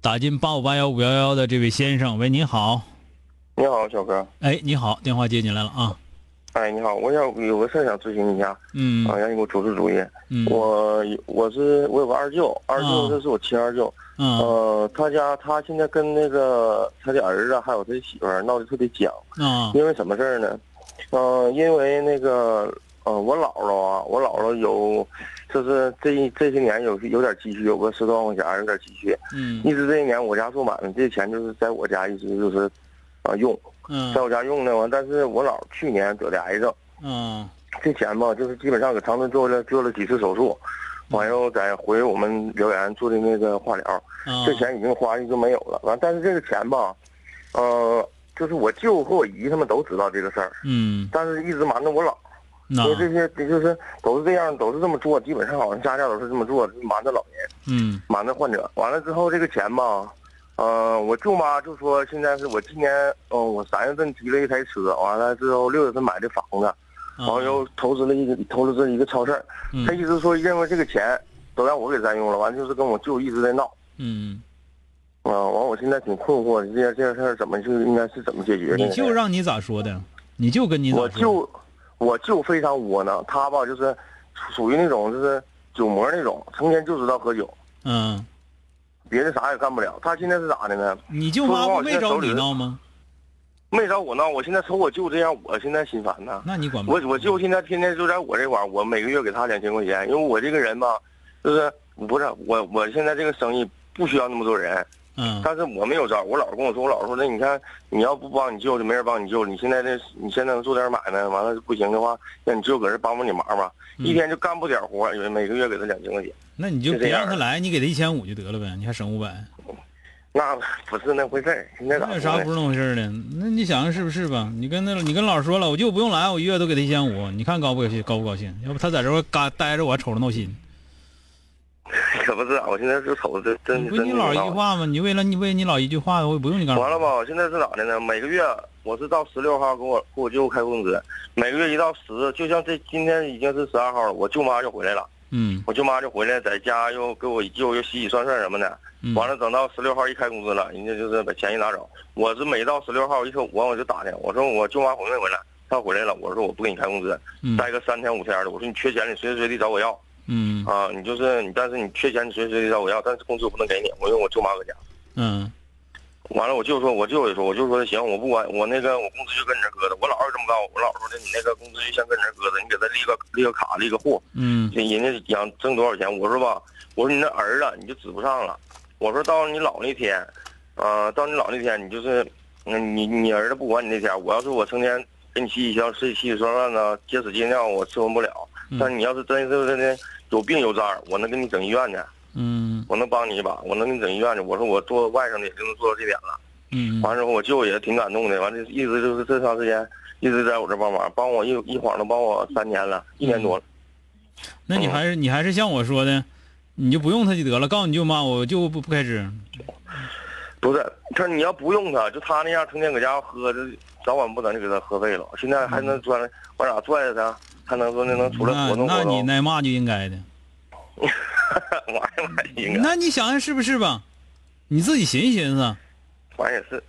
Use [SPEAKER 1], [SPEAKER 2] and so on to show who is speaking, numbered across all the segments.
[SPEAKER 1] 打进八五八幺五幺幺的这位先生，喂，你好，
[SPEAKER 2] 你好，小哥。
[SPEAKER 1] 哎，你好，电话接进来了啊，
[SPEAKER 2] 哎，你好，我想有个事儿想咨询一下，
[SPEAKER 1] 嗯
[SPEAKER 2] 啊，让你给我出出主意。
[SPEAKER 1] 嗯
[SPEAKER 2] 我我是我有个二舅，二
[SPEAKER 1] 啊
[SPEAKER 2] 舅这是我亲二舅，
[SPEAKER 1] 嗯
[SPEAKER 2] 呃，他家他现在跟那个他的儿子啊还有他的媳妇儿闹得特别僵，
[SPEAKER 1] 啊
[SPEAKER 2] 因为什么事儿呢？呃，因为那个呃，我姥姥啊，我姥姥有，就是这一这些年有有点积蓄，有个十多万块钱，有点积蓄，
[SPEAKER 1] 嗯
[SPEAKER 2] 一直这一年我家做买卖，这钱就是在我家一直就是啊、用，在
[SPEAKER 1] 嗯
[SPEAKER 2] 我家用呢，完，但是我姥去年得的癌症。
[SPEAKER 1] 嗯
[SPEAKER 2] 这钱吧，就是基本上搁长春做了做了几次手术，完后再回我们辽源做的那个化疗，
[SPEAKER 1] 嗯
[SPEAKER 2] 这钱已经花的就没有了。完，但是这个钱吧，呃，就是我舅和我姨他们都知道这个事儿，
[SPEAKER 1] 嗯，
[SPEAKER 2] 但是一直瞒着我姥，
[SPEAKER 1] 那
[SPEAKER 2] 因为这些这就是都是这样，都是这么做，基本上好像家家都是这么做，瞒着老人，
[SPEAKER 1] 嗯
[SPEAKER 2] 瞒着患者。完了之后，这个钱吧。呃，我舅妈就说现在是我今年，嗯、我三月份提了一台车，完了之后六月份买的房子，
[SPEAKER 1] 啊
[SPEAKER 2] 然后又投资了一个投资了一个超市儿，
[SPEAKER 1] 嗯
[SPEAKER 2] 他一直说认为这个钱都让我给占用了，完就是跟我舅一直在闹，
[SPEAKER 1] 嗯。
[SPEAKER 2] 啊、完我现在挺困惑的，这件这件事儿怎么就应该是怎么解决的呢？
[SPEAKER 1] 你舅让你咋说的？你舅跟你咋
[SPEAKER 2] 我
[SPEAKER 1] 说？
[SPEAKER 2] 舅，我舅非常窝囊，他吧就是属于那种就是酒魔那种，成天就知道喝酒，
[SPEAKER 1] 嗯，
[SPEAKER 2] 别的啥也干不了。他现在是咋的呢？
[SPEAKER 1] 你舅妈不没找你闹吗？
[SPEAKER 2] 没找我闹，我现在瞅我舅这样，我现在心烦呐。
[SPEAKER 1] 那你管不？
[SPEAKER 2] 我我舅现在天天就在我这块儿，我每个月给他两千块钱，因为我这个人吧，就是不是我我现在这个生意不需要那么多人，
[SPEAKER 1] 嗯
[SPEAKER 2] 但是我没有招儿。我姥儿跟我说，我姥儿说那你看你要不帮你舅就没人帮你舅，你现在这你现在能做点买卖，完了不行的话，让你舅搁这帮帮你忙吧，
[SPEAKER 1] 嗯
[SPEAKER 2] 一天就干不点活儿，每个月给他两千块钱，
[SPEAKER 1] 那你就别让他来，你给他一千五就得了呗，你还省五百，
[SPEAKER 2] 那不是那回事儿。现在咋
[SPEAKER 1] 那有啥
[SPEAKER 2] 说
[SPEAKER 1] 不是
[SPEAKER 2] 呢？
[SPEAKER 1] 那回事儿的？那你想想是不是吧？你跟那你跟老师说了，我舅不用来，我一月都给他一千五，你看高不高兴？高不高兴？要不他在这块嘎待着，我还瞅着闹心。
[SPEAKER 2] 可不是，啊我现在就瞅着真
[SPEAKER 1] 你
[SPEAKER 2] 真
[SPEAKER 1] 不是你
[SPEAKER 2] 挺
[SPEAKER 1] 姥
[SPEAKER 2] 闹
[SPEAKER 1] 一句
[SPEAKER 2] 的
[SPEAKER 1] 话吗？你为了你为你姥一句话，我也不用你干
[SPEAKER 2] 完了
[SPEAKER 1] 嘛？
[SPEAKER 2] 吧，现在是咋的呢？每个月我是到十六号给我给我舅开工资，每个月一到十，就像这今天已经是十二号了，我舅妈就回来了，
[SPEAKER 1] 嗯
[SPEAKER 2] 我舅妈就回来，在家又给我舅又洗洗涮涮什么的。
[SPEAKER 1] 嗯，
[SPEAKER 2] 完了，等到十六号一开工资了，人家就是把钱一拿走。我是每到十六号一说完我就打听，我说我舅妈回没回来？她回来了，我说我不给你开工资，
[SPEAKER 1] 嗯
[SPEAKER 2] 待个三天五天的，我说你缺钱你随时随地找我要
[SPEAKER 1] 嗯
[SPEAKER 2] 啊，你就是你，但是你缺钱你随时随地找我要，但是工资我不能给你，我因为我舅妈搁家。
[SPEAKER 1] 嗯
[SPEAKER 2] 完了，我舅说，我舅也说，我舅说行，我不管，我那个我工资就跟你这搁着。我姥儿也这么告诉我，我姥儿说的，你那个工资就先跟你这搁着，你给他立个立个卡，立个户，
[SPEAKER 1] 嗯
[SPEAKER 2] 人家想挣多少钱。我说吧，我说你那儿子你就指不上了。我说到你老那天，呃，到你老那天，你就是，嗯，你你儿子不管你那天，我要是我成天给你洗洗消吃洗洗涮涮呢，接屎接尿我伺候不了。但你要是真是真的有病有灾儿，我能给你整医院去，
[SPEAKER 1] 嗯
[SPEAKER 2] 我能帮你一把，我能给你整医院去。我说我做外甥的也就能做到这点了。
[SPEAKER 1] 嗯，
[SPEAKER 2] 完之后，我舅也挺感动的，完了一直就是这长时间一直在我这帮忙，帮我一一晃都帮我三年了，一年多了。
[SPEAKER 1] 那你还是你还是像我说的，你就不用他就得了，告诉你舅妈，我就不不开支。
[SPEAKER 2] 不是，他你要不用他，就他那样成天搁家喝，这早晚不能就给他喝废了。现在还能拽，往哪拽着他，还能说那能出来
[SPEAKER 1] 嗯那
[SPEAKER 2] 活动
[SPEAKER 1] 那
[SPEAKER 2] 活
[SPEAKER 1] 你
[SPEAKER 2] 动。
[SPEAKER 1] 挨骂就应该的。
[SPEAKER 2] 我哎呀妈呀，应该
[SPEAKER 1] 那你想想是不是吧？你自己寻思寻思，
[SPEAKER 2] 反正也是，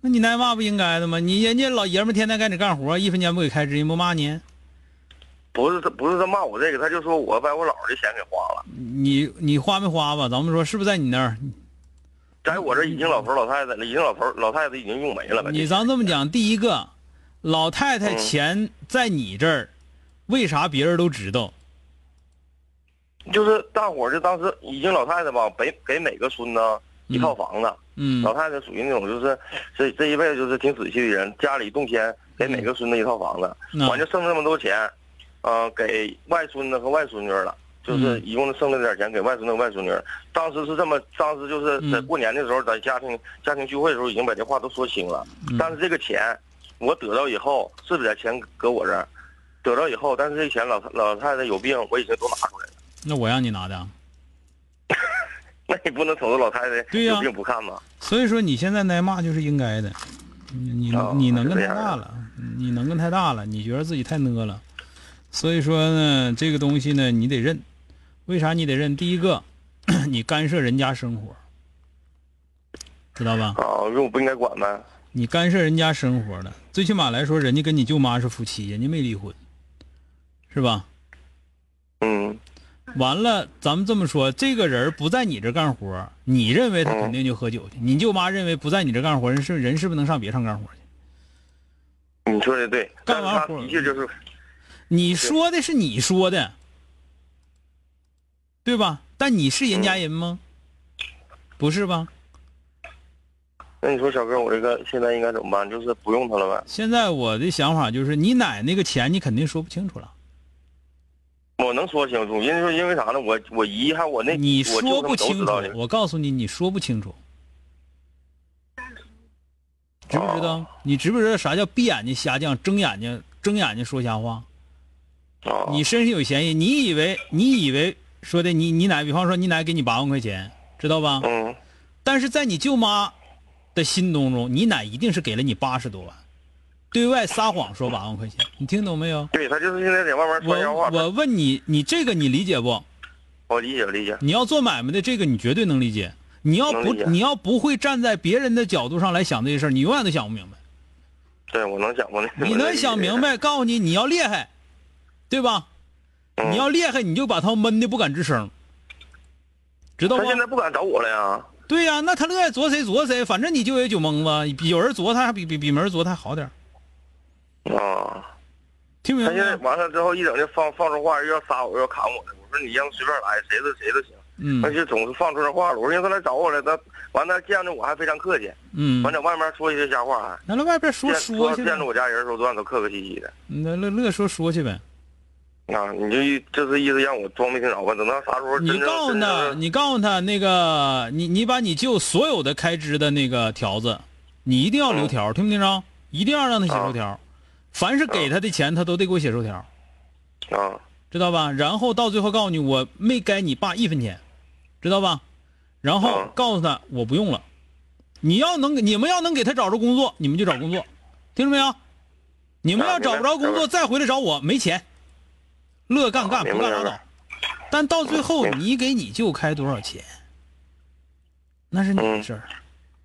[SPEAKER 1] 那你挨骂不应该的吗？你人家老爷们儿天天赶紧干活，一分钱不给开支，人不骂你？
[SPEAKER 2] 不是他不是他骂我这个，他就说我把我姥儿的钱给花了。
[SPEAKER 1] 你你花没花吧？咱们说是不是在你那儿？
[SPEAKER 2] 在我这已经老头老太太了，已经老头老太太已经用没了呗。
[SPEAKER 1] 嗯你咱这么讲，第一个，老太太钱在你这儿，为啥别人都知道？
[SPEAKER 2] 就是大伙儿就当时已经老太太吧，给给每个孙子一套房子。
[SPEAKER 1] 嗯
[SPEAKER 2] 老太太属于那种就是这这一辈子就是挺仔细的人，家里动迁给每个孙子一套房子，
[SPEAKER 1] 嗯
[SPEAKER 2] 完就剩这么多钱，呃，给外孙子和外孙女了。就是
[SPEAKER 1] 嗯
[SPEAKER 2] 一共剩了点钱给外孙子、外孙女儿，当时是这么，当时就是在
[SPEAKER 1] 嗯
[SPEAKER 2] 过年的时候，在家庭家庭聚会的时候，已经把这话都说清了。
[SPEAKER 1] 嗯
[SPEAKER 2] 但是这个钱，我得到以后是把钱搁我这儿，得到以后，但是这钱老老太太有病，我已经都拿出来了。
[SPEAKER 1] 那我让你拿的。啊
[SPEAKER 2] 那你不能瞅着老太太
[SPEAKER 1] 对呀
[SPEAKER 2] 有病不看吧？
[SPEAKER 1] 所以说你现在挨骂就是应该的，你你
[SPEAKER 2] 哦
[SPEAKER 1] 你能
[SPEAKER 2] 是
[SPEAKER 1] 跟
[SPEAKER 2] 这
[SPEAKER 1] 太
[SPEAKER 2] 样
[SPEAKER 1] 大
[SPEAKER 2] 的
[SPEAKER 1] 了，你能跟太大了，你觉得自己太讷了，所以说呢，这个东西呢你得认，为啥你得认？第一个， 你干涉人家生活，知道吧？
[SPEAKER 2] 啊，我说我不应该管呗。
[SPEAKER 1] 你干涉人家生活了，最起码来说，人家跟你舅妈是夫妻，人家没离婚，是吧？
[SPEAKER 2] 嗯，
[SPEAKER 1] 完了，咱们这么说，这个人不在你这干活，你认为他肯定就喝酒去，你舅妈认为不在你这干活，人是人是不是能上别上干活去？
[SPEAKER 2] 你说的对，
[SPEAKER 1] 干嗯
[SPEAKER 2] 但是
[SPEAKER 1] 完
[SPEAKER 2] 他
[SPEAKER 1] 活儿
[SPEAKER 2] 的确就是，
[SPEAKER 1] 你说的是你说的，对吧？但你是人家人吗？
[SPEAKER 2] 嗯
[SPEAKER 1] 不是吧？
[SPEAKER 2] 那你说小哥，我这个现在应该怎么办？就是不用他了呗？
[SPEAKER 1] 现在我的想法就是，你奶那个钱你肯定说不清楚了，
[SPEAKER 2] 我能说清楚，因为说因为啥呢？我我姨还有我那
[SPEAKER 1] 你
[SPEAKER 2] 我舅
[SPEAKER 1] 说
[SPEAKER 2] 他
[SPEAKER 1] 不
[SPEAKER 2] 们都
[SPEAKER 1] 清
[SPEAKER 2] 知
[SPEAKER 1] 楚
[SPEAKER 2] 道的。。
[SPEAKER 1] 我告诉你，你说不清楚，知不知
[SPEAKER 2] 哦
[SPEAKER 1] 道？你知不知道啥叫闭眼睛瞎犟，睁眼睛睁眼睛说瞎话？
[SPEAKER 2] 啊，
[SPEAKER 1] 你身上有嫌疑，你以为你以为说的你你奶，比方说你奶给你八万块钱，知道吧？
[SPEAKER 2] 嗯
[SPEAKER 1] 但是在你舅妈的心中中，你奶一定是给了你八十多万，对外撒谎说八万块钱，你听懂没有？
[SPEAKER 2] 对他就是现在在外面传瞎
[SPEAKER 1] 我
[SPEAKER 2] 话。
[SPEAKER 1] 我问你，你这个你理解不？
[SPEAKER 2] 我理解理解，
[SPEAKER 1] 你要做买卖的这个你绝对能理解，你要
[SPEAKER 2] 能
[SPEAKER 1] 不
[SPEAKER 2] 理解
[SPEAKER 1] 你要不会站在别人的角度上来想这些事儿，你永远都想不明白。
[SPEAKER 2] 对我能想我能。
[SPEAKER 1] 你
[SPEAKER 2] 我
[SPEAKER 1] 能
[SPEAKER 2] 理解
[SPEAKER 1] 想明？白，告诉你你要厉害，对吧？
[SPEAKER 2] 嗯
[SPEAKER 1] 你要厉害，你就把他闷的不敢吱声，知道吗
[SPEAKER 2] 他？现在不敢找我了呀。
[SPEAKER 1] 对呀、那他乐意啄谁啄谁，反正你就有酒蒙子，比有人啄他还比比比没人啄他还好点儿
[SPEAKER 2] 啊，
[SPEAKER 1] 听明
[SPEAKER 2] 他
[SPEAKER 1] 白
[SPEAKER 2] 现在
[SPEAKER 1] 吗？
[SPEAKER 2] 完了之后一整就放放出话，又要杀我，又要砍我。我说你让他随便来，谁都谁都行。
[SPEAKER 1] 嗯
[SPEAKER 2] 但是总是放出这话了。我说让他来找我来，他完他见着我还非常客气，
[SPEAKER 1] 嗯
[SPEAKER 2] 完，在外面说一些瞎话还。
[SPEAKER 1] 那来外边说
[SPEAKER 2] 见
[SPEAKER 1] 说去
[SPEAKER 2] 见着
[SPEAKER 1] 呗，
[SPEAKER 2] 我家人的时候都让他客客气气的。
[SPEAKER 1] 那乐乐说说去呗。
[SPEAKER 2] 啊，你就一这次意思让我装没听着吧？等到啥时候真
[SPEAKER 1] 你
[SPEAKER 2] 正
[SPEAKER 1] 告诉
[SPEAKER 2] 真
[SPEAKER 1] 他，
[SPEAKER 2] 正
[SPEAKER 1] 你告诉他那个，你你把你舅所有的开支的那个条子，你一定要留
[SPEAKER 2] 嗯
[SPEAKER 1] 条，听没听着？一定要让他写收条，凡是给他的钱，他都得给我写收条，
[SPEAKER 2] 啊，
[SPEAKER 1] 知道吧？然后到最后告诉你，我没该你爸一分钱，知道吧？然后
[SPEAKER 2] 嗯
[SPEAKER 1] 告诉他我不用了，你要能给你们要能给他找着工作，你们就找工作，听着没有？你们
[SPEAKER 2] 啊
[SPEAKER 1] 要
[SPEAKER 2] 明白
[SPEAKER 1] 找不着工
[SPEAKER 2] 明
[SPEAKER 1] 作
[SPEAKER 2] 白
[SPEAKER 1] 再回来找我，没钱，乐干干
[SPEAKER 2] 明
[SPEAKER 1] 不
[SPEAKER 2] 白
[SPEAKER 1] 干拉
[SPEAKER 2] 明白嗯
[SPEAKER 1] 倒。但到最后
[SPEAKER 2] 明白
[SPEAKER 1] 你给你舅开多少钱，那是你的
[SPEAKER 2] 嗯哦
[SPEAKER 1] 事儿，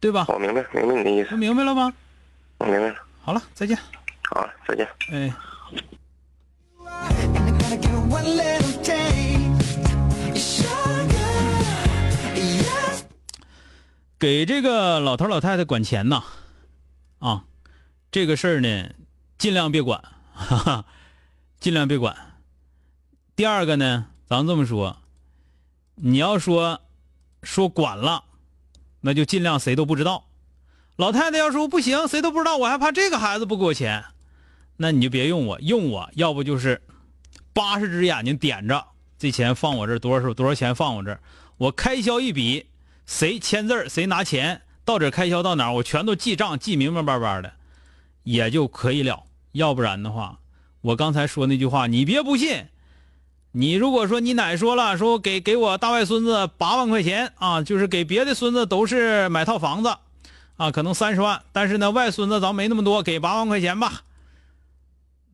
[SPEAKER 1] 对吧？
[SPEAKER 2] 我明白明白你的意
[SPEAKER 1] 都
[SPEAKER 2] 思，
[SPEAKER 1] 明白了吗？
[SPEAKER 2] 我明白了。
[SPEAKER 1] 好了，再见，
[SPEAKER 2] 好，再见。
[SPEAKER 1] 哎。
[SPEAKER 3] And I'm gonna get one little taste. Sugar, yes.
[SPEAKER 1] 给这个老头老太太管钱呐，啊，这个事儿呢，尽量别管， 哈哈，尽量别管。第二个呢，咱们这么说，你要说说管了，那就尽量谁都不知道。老太太要说不行，谁都不知道，我还怕这个孩子不给我钱，那你就别用我，用我要不就是八十只眼睛点着，这钱放我这儿多少多少钱放我这儿，我开销一笔，谁签字儿谁拿钱，到底开销到哪儿，我全都记账记明明白白的，也就可以了。要不然的话，我刚才说那句话，你别不信。你如果说你奶说了，说给给我大外孙子八万块钱啊，就是给别的孙子都是买套房子，啊，可能三十万，但是呢，外孙子咱没那么多，给八万块钱吧。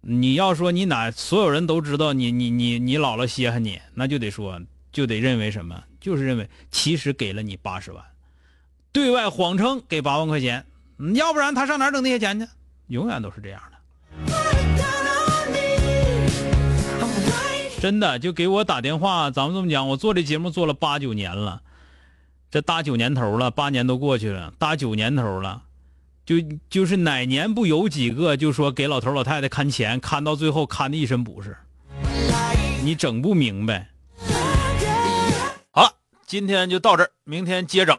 [SPEAKER 1] 你要说你哪所有人都知道你你你你姥姥稀罕你，那就得说就得认为什么，就是认为其实给了你八十万，对外谎称给八万块钱，嗯要不然他上哪儿整那些钱去？永远都是这样的。
[SPEAKER 3] Down on me. I'm right.
[SPEAKER 1] 真的就给我打电话，咱们这么讲，我做这节目做了八九年了，这大九年头了，八年都过去了，大九年头了，就就是哪年不有几个就说给老头老太太看钱，看到最后看的一身不是，你整不明白。
[SPEAKER 4] 好了，今天就到这儿，明天接整。